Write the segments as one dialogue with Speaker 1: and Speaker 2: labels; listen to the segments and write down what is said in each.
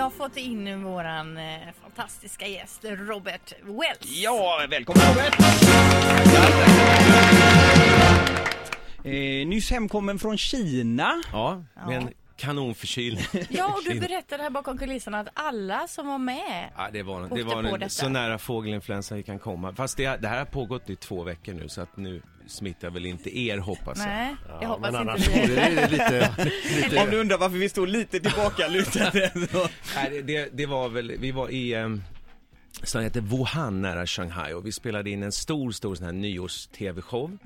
Speaker 1: har fått in våran eh, fantastiska gäst Robert Wells.
Speaker 2: Ja, välkommen Robert! Eh, nyss hemkommen från Kina.
Speaker 3: Ja,
Speaker 1: Ja.
Speaker 3: med en kanonförkylning.
Speaker 1: Ja, och du berättade här bakom kulisserna att alla som var med
Speaker 3: Ja, det var,
Speaker 1: Åkte
Speaker 3: det var
Speaker 1: på
Speaker 3: en,
Speaker 1: detta.
Speaker 3: så nära fågelinfluensa vi kan komma. Fast det, det här har pågått i två veckor nu så att nu smittar väl inte er hoppas jag.
Speaker 1: Nej, jag hoppas
Speaker 4: men
Speaker 1: inte
Speaker 4: annars
Speaker 1: vi
Speaker 4: vore det lite...
Speaker 2: Om du undrar varför vi står lite tillbakalutade. så-
Speaker 3: Nej, det, det, det var väl, vi var i eh, staden heter Wuhan nära Shanghai och vi spelade in en stor, stor sån här nyårs-tv-show.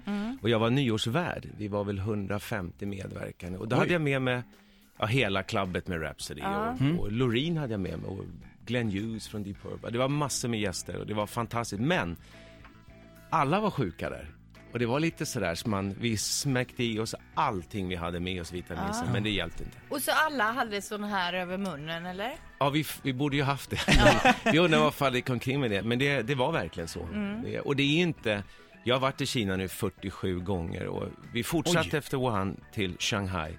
Speaker 3: Och jag var nyårsvärd, vi var väl 150 medverkande och då hade jag med mig ja, hela klabbet med Rhapsody och, och Loreen hade jag med mig och Glenn Hughes från Deep Purple. Det var massor med gäster och det var fantastiskt men alla var sjuka där. Och det var lite sådär som man, vi smäckte i oss allting vi hade med oss vitaminsam, men det hjälpte inte.
Speaker 1: Och så alla hade sån här över munnen, eller?
Speaker 3: Ja, vi, vi borde ju haft det. vi undrar varför det kom kring med det, men det, det var verkligen så. Det, och det är inte, jag har varit i Kina nu 47 gånger och vi fortsatte efter Wuhan till Shanghai.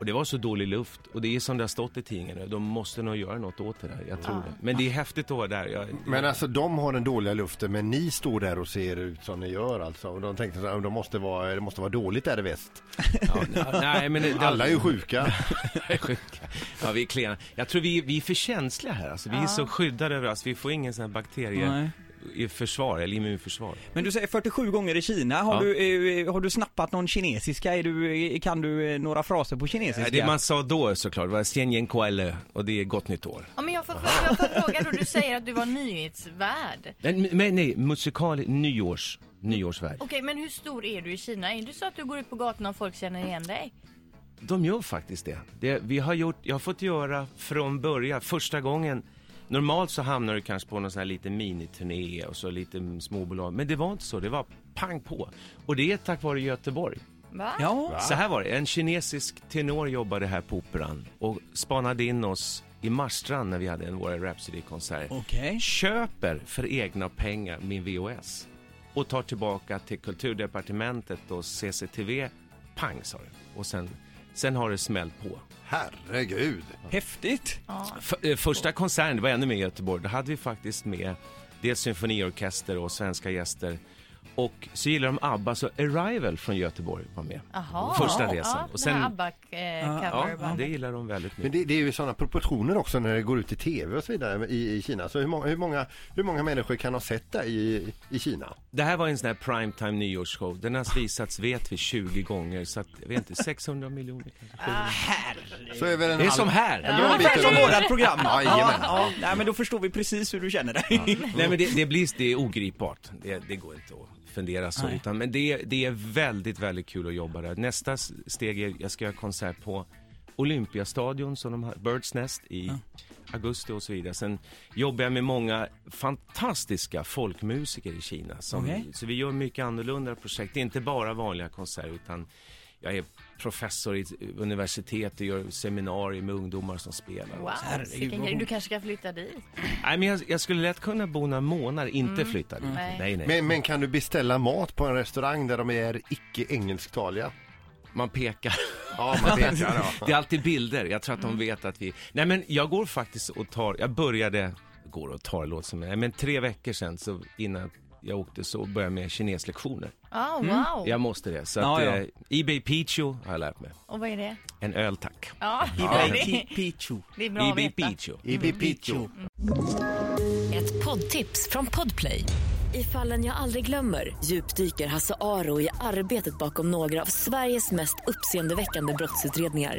Speaker 3: Och det var så dålig luft och det är som det har stått i tidningen nu, de måste nog göra något åt det där, jag tror det. Men det är häftigt att vara där. Jag,
Speaker 4: Men alltså de har den dåliga luften men ni står där och ser ut som ni gör alltså. Och de tänkte så här, de måste vara, det måste vara dåligt där i väst.
Speaker 3: ja, nej, men det,
Speaker 4: Alla är ju sjuka.
Speaker 3: är sjuka. Ja, vi är klena. Jag tror vi, vi är för känsliga här, alltså, vi är så skyddade över oss, vi får ingen sån här bakterie
Speaker 2: Nej.
Speaker 3: i försvar eller immunförsvar.
Speaker 2: Men du säger 47 gånger i Kina. Har,
Speaker 3: Ja.
Speaker 2: du, eh, har du snappat någon kinesiska? Är du, eh, kan du eh, några fraser på kinesiska?
Speaker 3: Ja, det man sa då såklart var Xianjian Kuele och det är gott nytt år.
Speaker 1: Ja, men jag får, jag får fråga då, du säger att du var nyhetsvärd.
Speaker 3: Men, men nej, musikal nyårs, nyårsvärd.
Speaker 1: Okej, men hur stor är du i Kina? Är det så att du går ut på gatorna och folk känner igen dig?
Speaker 3: De gör faktiskt det. det vi har gjort, jag har fått göra från början, första gången. Normalt så hamnar du kanske på någon sån här liten miniturné och så lite mm, småbolag. Men det var inte så, det var pang på. Och det är tack vare Göteborg.
Speaker 1: Va?
Speaker 2: Ja.
Speaker 3: Så här var det, en kinesisk tenor jobbade här på Operan och spanade in oss i Marstrand när vi hade en våra Rhapsody-konsert.
Speaker 2: Okej.
Speaker 3: köper för egna pengar min VHS och tar tillbaka till kulturdepartementet och CCTV. Pang sa det. Och sen, sen har det smällt på.
Speaker 4: Herregud.
Speaker 2: Häftigt.
Speaker 3: F- eh, första konserten, det var ännu mer i Göteborg, då hade vi faktiskt med dels symfoniorkester och svenska gäster. Och så gillar de ABBA, så Arrival från Göteborg var med.
Speaker 1: Jaha.
Speaker 3: Första resan.
Speaker 1: Ja,
Speaker 3: och
Speaker 1: den här eh,
Speaker 3: sen, ja,
Speaker 1: ABBA-cover.
Speaker 3: det gillar de väldigt mycket.
Speaker 4: Men det, det är ju sådana proportioner också när det går ut i tv och så vidare i, i Kina. Så hur många, hur, många, hur många människor kan ha sett det i, i Kina?
Speaker 3: Det här var en sån här primetime nyårsshow. Den har visats, vet vi, 20 gånger. Så att, jag vet inte, 600 miljoner kanske.
Speaker 4: Så över en
Speaker 3: Det är
Speaker 4: halv-
Speaker 3: som här.
Speaker 4: Det var en bit
Speaker 2: Ungefär som
Speaker 4: över-
Speaker 2: vårat program.
Speaker 4: Ja,
Speaker 2: ja,
Speaker 4: jajamän.
Speaker 2: ja. Nej, men då förstår vi precis hur du känner dig.
Speaker 3: Nej men det, det blir, det är ogripbart. Det, det går inte att fundera så.
Speaker 2: Nej.
Speaker 3: Utan, men det, det är väldigt, väldigt kul att jobba där. Nästa s- steg är, jag ska göra konsert på Olympiastadion, som de har, Birds Nest i augusti och så vidare. Sen jobbar jag med många fantastiska folkmusiker i Kina. Som,
Speaker 2: Okej.
Speaker 3: Så vi gör mycket annorlunda projekt. Det är inte bara vanliga konserter utan jag är professor i ett universitet och gör seminarier med ungdomar som spelar. och
Speaker 1: Wow,
Speaker 3: så.
Speaker 2: Herregud,
Speaker 1: vilken
Speaker 2: vad
Speaker 1: grej.
Speaker 2: god.
Speaker 1: Du kanske ska flytta dit?
Speaker 3: Nej, men jag, jag skulle lätt kunna bo några månader, inte flytta dit.
Speaker 1: Mm. Nej.
Speaker 3: Nej, nej.
Speaker 4: Men, men kan du beställa mat på en restaurang där de är icke engelsktaliga?
Speaker 3: Man pekar.
Speaker 4: Ja, man vet ja, ja.
Speaker 3: Det är alltid bilder. Jag tror att de vet att vi... Nej, men jag går faktiskt och tar... Jag började... Går och tar, låt som... Nej, men tre veckor sedan, så innan jag åkte, så började jag med kineslektioner.
Speaker 1: Ja, wow.
Speaker 3: Jag måste det. Så
Speaker 2: Ja,
Speaker 3: att,
Speaker 2: ja.
Speaker 3: Eh, Ebay Picho har jag lärt mig.
Speaker 1: Och vad är det?
Speaker 3: En öl, tack.
Speaker 1: Ja,
Speaker 2: Ibland Pichu.
Speaker 1: det är bra att
Speaker 3: Ebay
Speaker 1: veta.
Speaker 3: Picho.
Speaker 4: Ibi Picho.
Speaker 5: Ett poddtips från Podplay. I fallen jag aldrig glömmer djupdyker Hasse Aro i arbetet bakom några av Sveriges mest uppseendeväckande brottsutredningar.